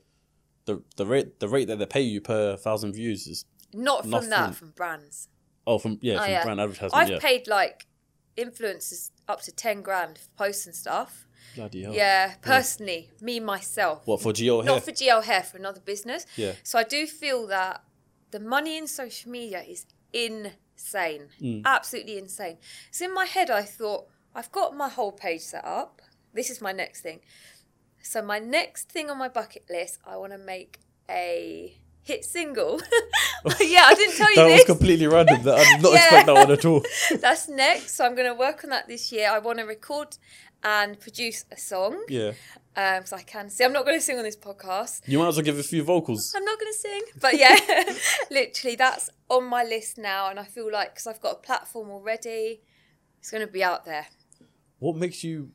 the the rate the rate that they pay you per thousand views is
Not from
Not
that,
from-
from brands.
oh from yeah
Oh,
from
yeah.
brand advertisement.
I've
yeah.
paid like influencers up to 10 grand for posts and stuff.
Bloody hell.
Yeah, personally, me, myself.
What for Geo hair?
Not for GL Hair, for another business.
Yeah.
So I do feel that the money in social media is insane.
Mm.
Absolutely insane. So in my head, I thought, I've got my whole page set up. This is my next thing. So my next thing on my bucket list, I want to make a hit single. [laughs] yeah, I didn't tell you
that was
this.
completely random. That I did not
[laughs] Yeah.
expect that one at all.
[laughs] That's next. So I'm going to work on that this year. I want to record and produce a song
Yeah,
because I can see. I'm not going to sing on this podcast.
you might as well give a few vocals.
I'm not going to sing. But yeah, [laughs] literally, that's on my list now. And I feel like because I've got a platform already, it's going to be out there.
What makes you?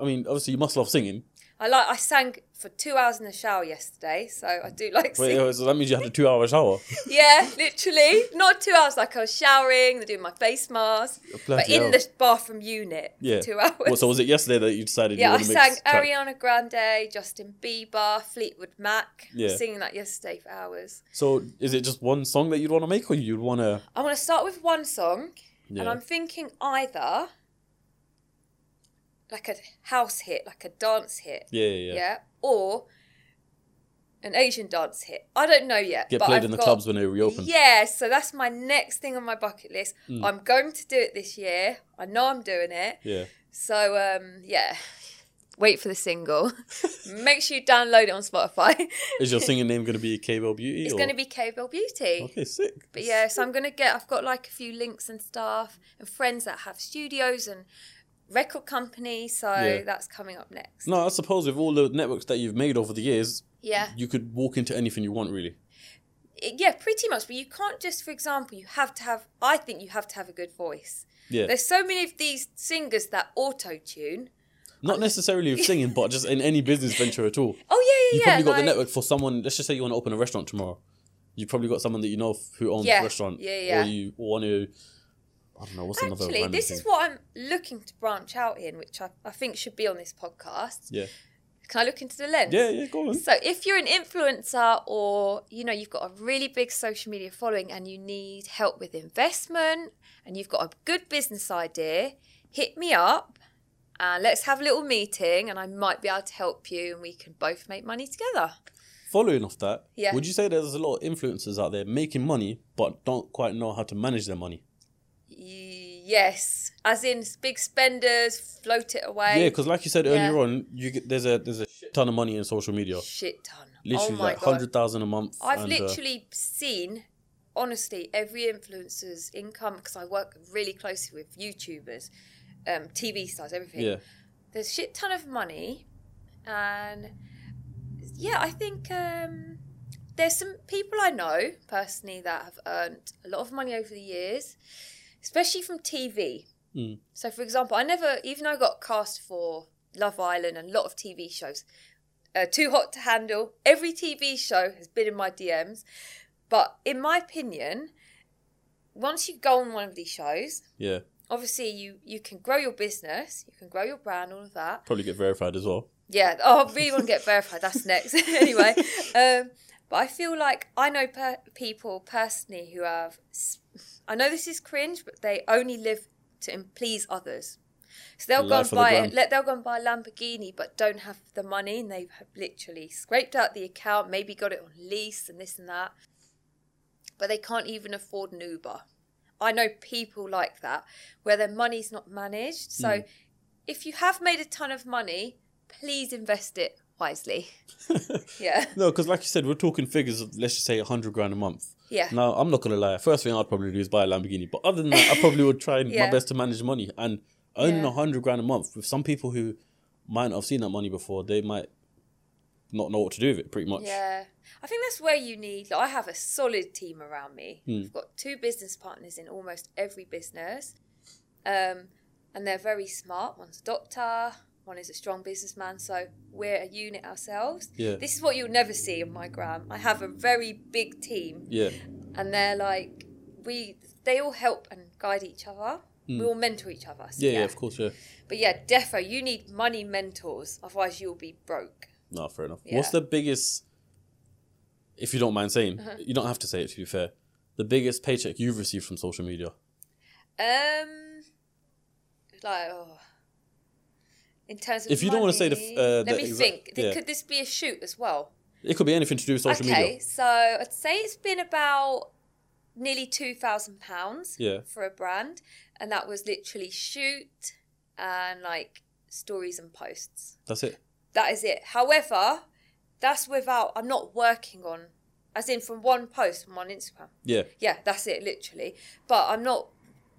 I mean, obviously you must love singing.
I like. I sang for two hours in the shower yesterday, so I do like
Wait, uh,
singing.
so that means you had a two-hour shower.
[laughs] Yeah, literally, not two hours. Like I was showering, doing my face mask, but
Bloody
in
hell.
the bathroom unit. for
Yeah,
two hours.
What, so was it yesterday that you decided?
[laughs] Yeah,
you
I
want to
sang
mix track?
Ariana Grande, Justin Bieber, Fleetwood Mac.
Yeah.
Singing that yesterday for hours.
So is it just one song that you'd want to make, or you'd want to?
I want to start with one song, and
Yeah.
I'm thinking either like a house hit, like a dance hit,
yeah, yeah,
yeah,
yeah.
or an Asian dance hit. I don't know yet.
Get
but
played
I've
in the
got-
clubs when they reopen.
Yeah, so that's my next thing on my bucket list.
Hmm.
I'm going to do it this year. I know I'm doing it.
yeah.
So um, yeah, wait for the single. [laughs] Make sure you download it on Spotify.
Is
[laughs]
your singing name going to be K Bell Beauty?
It's
or-
going to be K Bell Beauty.
Okay, sick.
But yeah, so I'm gonna get. I've got like a few links and stuff, and friends that have studios and record companies. So
Yeah. Mm.
that's coming up next.
No, I suppose with all the networks that you've made over the years,
Yeah,
you could walk into anything you want, really.
yeah, pretty much. But you can't just, for example, you have to have. I think you have to have a good voice.
Yeah.
There's so many of these singers that auto tune. [laughs]
Not necessarily with singing, but just in any business venture at all.
Oh yeah,
You
yeah, yeah.
probably got
like-
the network for someone. Let's just say you want to open a restaurant tomorrow. You probably got someone that you know f- who owns
Yeah,
a restaurant,
yeah, yeah.
or you want to. I don't know what's another.
Actually,
random
this
thing?
is what I'm looking to branch out in, which I, I think should be on this podcast.
Yeah.
Can I look into the lens?
Yeah, yeah, go on.
[laughs] So if you're an influencer or you know you've got a really big social media following and you need help with investment and you've got a good business idea, hit me up and let's have a little meeting and I might be able to help you and we can both make money together.
Following off that,
Yeah.
would you say there's a lot of influencers out there making money but don't quite know how to manage their money?
Y- Yes, as in big spenders float it
Yeah,
away.
because like you said earlier on, you get, there's a there's a shit ton of money in social media.
Shit ton.
Literally
oh my
like
god.
hundred thousand a month.
I've
and, uh,
literally seen, honestly, every influencer's income because I work really closely with YouTubers, um, TV stars, everything.
yeah,
There's shit ton of money, and yeah, I think um, there's some people I know personally that have earned a lot of money over the years, especially from TV.
Mm.
So, for example, I never, even though I got cast for Love Island and a lot of TV shows, uh, Too Hot to Handle, every TV show has been in my DMs. But in my opinion, once you go on one of these shows,
yeah,
obviously you you can grow your business, you can grow your brand, all of that.
probably get verified as well.
Yeah. Oh, I really want to get verified. That's next. [laughs] anyway, um, but I feel like I know per- people personally who have. s- I know this is cringe, but they only live to im- please others. So they'll
Life
go
of the
and buy
gram.
it. Let they'll go and buy a Lamborghini, but don't have the money, and they've literally scraped out the account, maybe got it on lease and this and that. But they can't even afford an Uber. I know people like that where their money's not managed. So
Hmm.
if you have made a ton of money, please invest it
[laughs]
wisely. yeah.
No, because like you said, we're talking figures of let's just say hundred grand a month.
Yeah.
Now I'm not gonna lie. First thing I'd probably do is buy a Lamborghini, but other than that, I probably would try my
[laughs] Yeah.
best to manage money and earning
Yeah.
a hundred grand a month with some people who might not have seen that money before. They might not know what to do with it. Pretty much.
Yeah. I think that's where you need, like, I have a solid team around me.
Hmm.
I've got two business partners in almost every business. Um, and they're very smart. One's a doctor, one is a strong businessman. So we're a unit ourselves.
Yeah.
This is what you'll never see on my gram. I have a very big team.
Yeah.
and they're like we they all help and guide each other we all mentor each other so
Hmm. Yeah, yeah, of course, yeah.
but yeah defo you need money mentors otherwise you'll be broke
No, fair enough.
Yeah. Uh-huh.
What's the biggest, if you don't mind saying, you don't have to say it to be fair, the biggest paycheck you've received from social media?
um like oh in terms of
If you don't wanna say the f-
money-
uh,
let
the
me
exact-
think
yeah.
could this be a shoot as well
It could be anything to do with social
okay
media.
so i'd say it's been about nearly 2000 pounds
Yeah.
for a brand and that was literally shoot and like stories and posts
That's it.
That is it. However, that's without I'm not working on as in from one post from one Instagram.
Yeah.
Yeah, that's it literally. But I'm not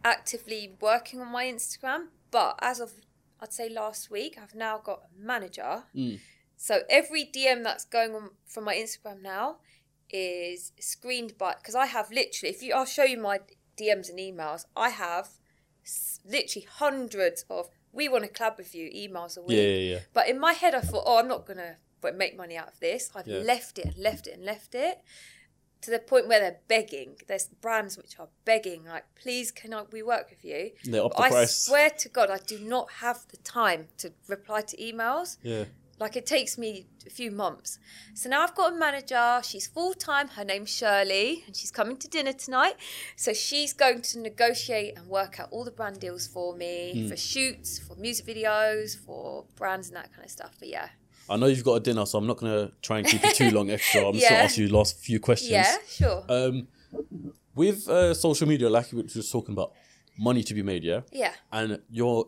actively working on my Instagram, but as of I'd say last week, I've now got a manager.
Mm.
So every DM that's going on from my Instagram now is screened by because I have literally if you I'll show you my DMs and emails, I have s- literally hundreds of we want to collab with you emails a week.
Yeah, yeah, yeah.
But in my head, I thought, oh, I'm not going to make money out of this. I've
Yeah.
left it and left it and left it to the point where they're begging. There's brands which are begging, like, please, can I, we work with you?
They up
But
the
I
price.
swear to God, I do not have the time to reply to emails.
Yeah.
Like, it takes me a few months. So now I've got a manager. She's full time. Her name's Shirley, and she's coming to dinner tonight. So she's going to negotiate and work out all the brand deals for me
Hmm.
for shoots, for music videos, for brands, and that kind of stuff. But yeah.
I know you've got a dinner, so I'm not going to try and keep you too long extra. I'm just going
Yeah.
to ask you last few questions.
Yeah, sure.
Um, with uh, social media, like we were just talking about, money to be made, yeah?
yeah.
And you're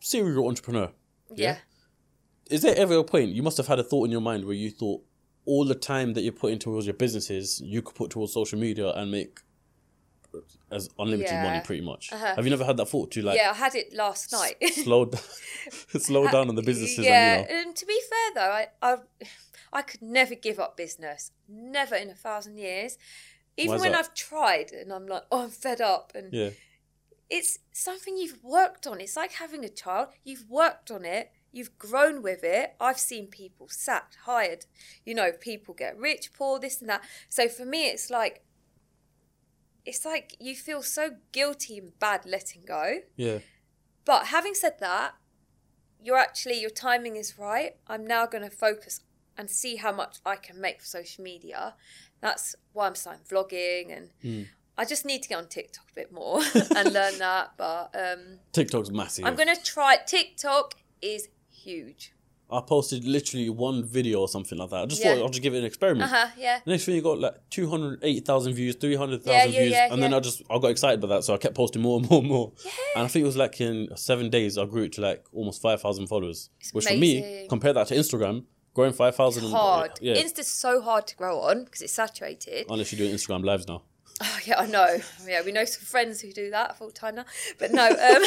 serial entrepreneur.
Yeah.
is there ever a point you must have had a thought in your mind where you thought all the time that you're putting towards your businesses you could put towards social media and make as unlimited
Yeah. Uh-huh.
money pretty much have you never had that thought to like
yeah, I had it last night.
slow down slow [laughs] down on the
[laughs]
businesses
yeah,
and you know
and to be [sighs] fair though, I, I I could never give up business. Never in a thousand years.
Why
Even
is
when
that?
I've tried and I'm like, oh, I'm fed up. And
Yeah.
it's something you've worked on. It's like having a child. You've worked on it. You've grown with it. I've seen people sacked, hired. You know, people get rich, poor, this and that. So for me, it's like, it's like you feel so guilty and bad letting go.
Yeah.
But having said that, you're actually your timing is right. I'm now going to focus and see how much I can make for social media. That's why I'm starting vlogging, and I just need to get on TikTok a bit more and learn that. But um,
TikTok's massive.
I'm going to try. TikTok is huge.
I posted literally one video or something like that. I just
Yeah.
thought I'll just give it an experiment.
Uh huh. Yeah.
The next thing you got like 208,000 views, 300,000
Yeah, yeah,
views.
yeah,
and then
yeah.
I just, I got excited by that. So I kept posting more and more and more. And I think it was like in seven days, I grew it to like almost 5,000 followers.
It's
which for me,
amazing.
compare that to Instagram, growing 5,000. in-
Hard.
Yeah.
Insta's so hard to grow on because it's saturated.
unless you're doing Instagram lives now.
Oh, [sighs] yeah, I know. Yeah, we know some friends who do that full time now. But no, um,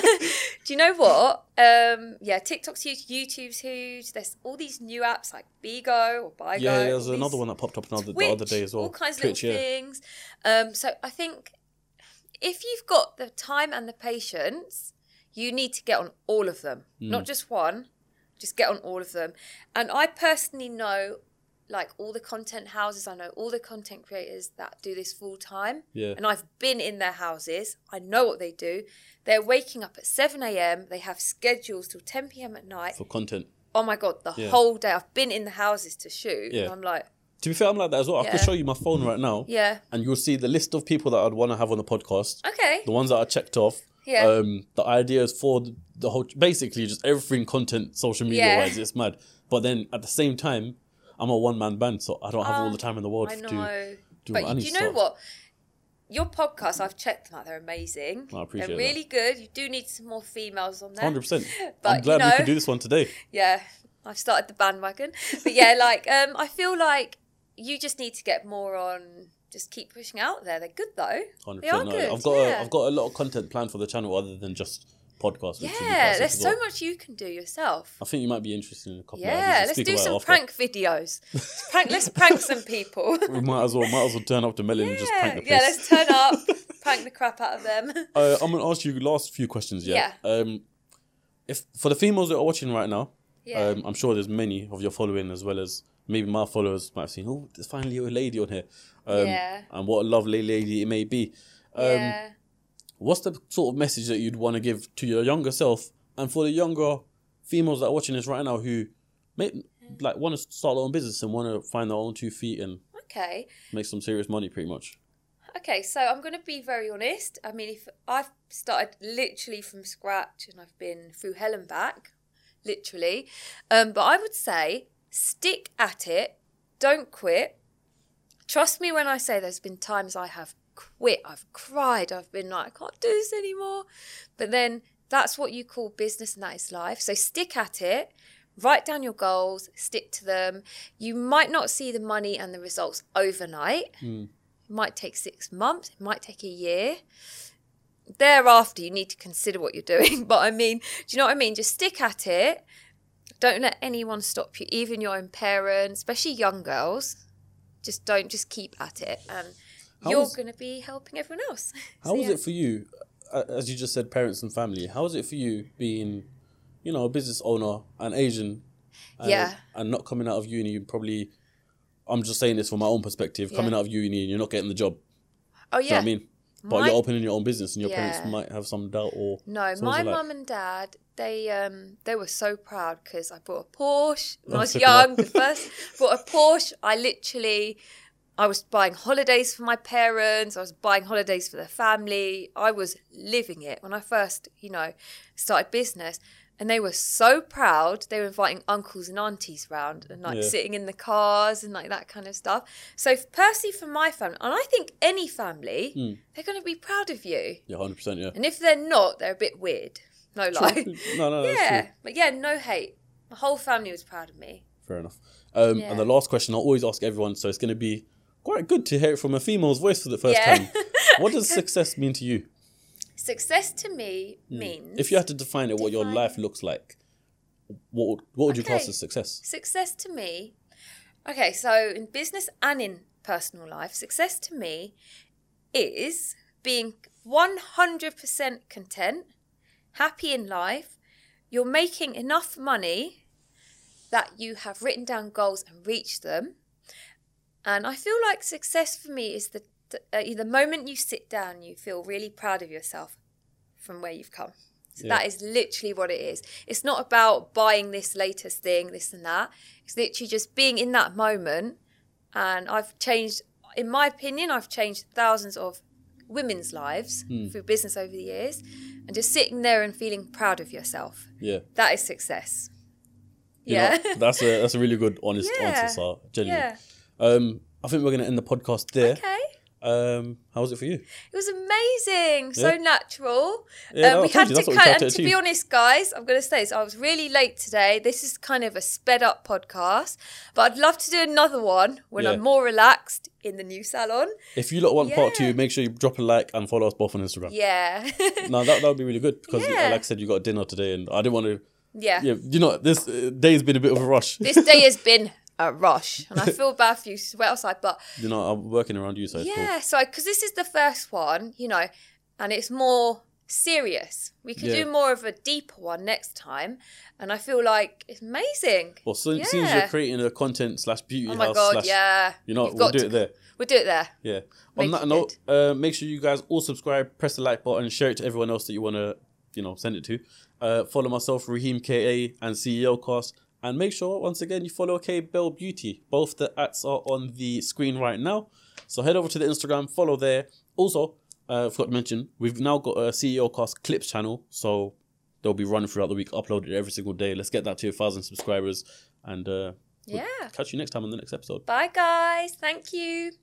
[laughs] do you know what? Um, yeah, TikTok's huge, YouTube's huge. There's all these new apps like Bigo or Bigo.
Yeah, there was
all these
another one that popped up another, the
Twitch,
other day as well.
All kinds of
Twitch,
little
yeah.
things. Um, so I think if you've got the time and the patience, you need to get on all of them,
Hmm.
not just one. Just get on all of them. And I personally know like all the content houses, I know all the content creators that do this full time.
Yeah.
And I've been in their houses. I know what they do. They're waking up at 7 a.m. They have schedules till 10 p.m. at night.
For content.
Oh my God, the
Yeah.
whole day. I've been in the houses to shoot.
Yeah.
And I'm like,
To be fair, I'm like that as well. I could
Yeah.
show you my phone right now.
Yeah.
And you'll see the list of people that I'd want to have on the podcast.
okay.
the ones that I checked off.
Yeah.
Um, the ideas for th- the whole, basically just everything content, social media
Yeah.
wise, it's mad. But then at the same time, I'm a one man band, so I don't have all
Oh,
the time in the world
I
to.
know.
do
but
what I
you-
need
do you
to
know
solve.
what? Your podcasts, I've checked them out. They're amazing.
I appreciate
They're
that.
really good. You do need some more females on there.
Hundred
[laughs]
percent.
But,
I'm glad
you
we
know-
could do this one today.
Yeah, I've started the bandwagon.
[laughs]
But yeah, like um, I feel like you just need to get more on. Just keep pushing out there. They're good though.
Hundred
They are
percent.
good.
I've got
yeah.
a, I've got a lot of content planned for the channel other than just podcasts. Which would be
yeah,
classic
there's
as
so
well.
much you can do yourself.
I think you might be interested in a couple. of
Yeah, let's do some prank
[laughs]
videos. Let's prank, let's prank some people.
We might as well might as well turn up to Melon and just prank the place.
[laughs] yeah, let's turn
[laughs]
up, prank the crap out of them. [laughs]
Uh, I'm gonna ask you last few questions. Yeah. Um, if for the females that are watching right now,
Yeah.
um, I'm sure there's many of your following as well as maybe my followers might have seen. Oh, there's finally a lady on here. Um,
Yeah.
And what a lovely lady it may be. Um,
yeah.
What's the sort of message that you'd want to give to your younger self and for the younger females that are watching this right now who may like want to start their own business and want to find their own two feet and
Okay.
make some serious money, pretty much.
Okay, so I'm going to be very honest. I mean, if I've started literally from scratch and I've been through hell and back, literally, um, but I would say stick at it, don't quit. Trust me when I say there's been times I have quit, I've cried, I've been like, I can't do this anymore. But then that's what you call business and that is life. So stick at it, write down your goals, stick to them. You might not see the money and the results overnight.
Hmm.
It might take six months, it might take a year. Thereafter, you need to consider what you're doing. [laughs] But I mean, do you know what I mean? Just stick at it. Don't let anyone stop you, even your own parents, especially young girls. Just don't, just keep at it. And
How
you're
was-
going to be helping everyone else.
How
So,
was
yeah.
it for you, a- as you just said, parents and family? How was it for you being, you know, a business owner, an Asian, and,
Yeah.
and not coming out of uni? You probably, I'm just saying this from my own perspective. Coming
Yeah.
out of uni and you're not getting the job.
Oh,
Do you know
yeah.
what I mean? But
My-
you're opening your own business, and your
Yeah.
parents might have some doubt or
No,
so
my
it's like-
mum and dad, they um they were so proud because I bought a Porsche when I was
Flipping hell. [laughs]
young. The first bought a Porsche. I literally, I was buying holidays for my parents. I was buying holidays for the family. I was living it when I first, you know, started business. And they were so proud. They were inviting uncles and aunties round and like
Yeah.
sitting in the cars and like that kind of stuff. So personally, for my family, and I think any family,
Hmm.
they're going to be proud of you.
Yeah, hundred percent. Yeah.
And if they're not, they're a bit weird. [laughs] No lie.
[laughs] No, no, that's
[laughs] yeah.
true.
But yeah, no hate. My whole family was proud of me.
Fair enough. Um,
Yeah.
And the last question I always ask everyone, so it's going to be quite good to hear it from a female's voice for the first
Yeah. [laughs]
time. What does success mean to you?
Success to me means
Hmm. If you had to define it, what your
Define
life looks like, what would, what would you class
Okay.
as success?
success to me. Okay, so in business and in personal life, success to me is being 100% content, happy in life, you're making enough money that you have written down goals and reached them. And I feel like success for me is the the, uh, the moment you sit down, you feel really proud of yourself from where you've come. So
Yeah.
That is literally what it is. It's not about buying this latest thing, this and that. It's literally just being in that moment. And I've changed, in my opinion, I've changed thousands of women's lives
Hmm.
through business over the years. And just sitting there and feeling proud of yourself.
Yeah.
That is success.
You
yeah.
know, that's a that's a really good honest
Yeah.
answer, Sar. [laughs] Genuinely.
yeah.
Um, I think we're gonna end the podcast there.
Okay.
Um, how was it for you?
It was amazing, so
Yeah.
natural.
Yeah, no,
um,
I
we
told you,
had to
that's what we
cut.
tried to
and to be
achieve.
honest, guys, I'm going to say this. I was really late today. This is kind of a sped up podcast, but I'd love to do another one when
Yeah.
I'm more relaxed in the new salon.
If you lot want part
Yeah.
two, make sure you drop a like and follow us both on Instagram.
Yeah, [laughs]
No, that that would be really good because,
Yeah.
like I said, you got dinner today, and I didn't want to.
yeah.
Yeah, you know, this uh, day's been a bit of a rush.
This day has been a rush,
[laughs]
and I feel bad for you to sweat outside, but
you know, I'm working around you, so it's cool.
yeah. So because this is the first one, you know, and it's more serious. We could
Yeah.
do more of a deeper one next time, and I feel like it's amazing.
Well, since, since you're
Yeah.
creating a content slash beauty
Oh
house
my god,
slash,
yeah.
you know,
You've
we'll
got
do
to-
it there.
We'll do it there.
Yeah.
Make
On that
it
note, uh, make sure you guys all subscribe, press the like button, share it to everyone else that you want to, you know, send it to. Uh, follow myself, Raheem KA, and CEO Cost. And make sure, once again, you follow K Bell Beauty. Both the ads are on the screen right now. So head over to the Instagram, follow there. Also, uh, forgot to mention, we've now got a CEO Cost Clips channel. So they'll be running throughout the week, uploaded every single day. Let's get that to a 1,000 subscribers. And uh,
Yeah.
catch you next time on the next episode.
Bye, guys. Thank you.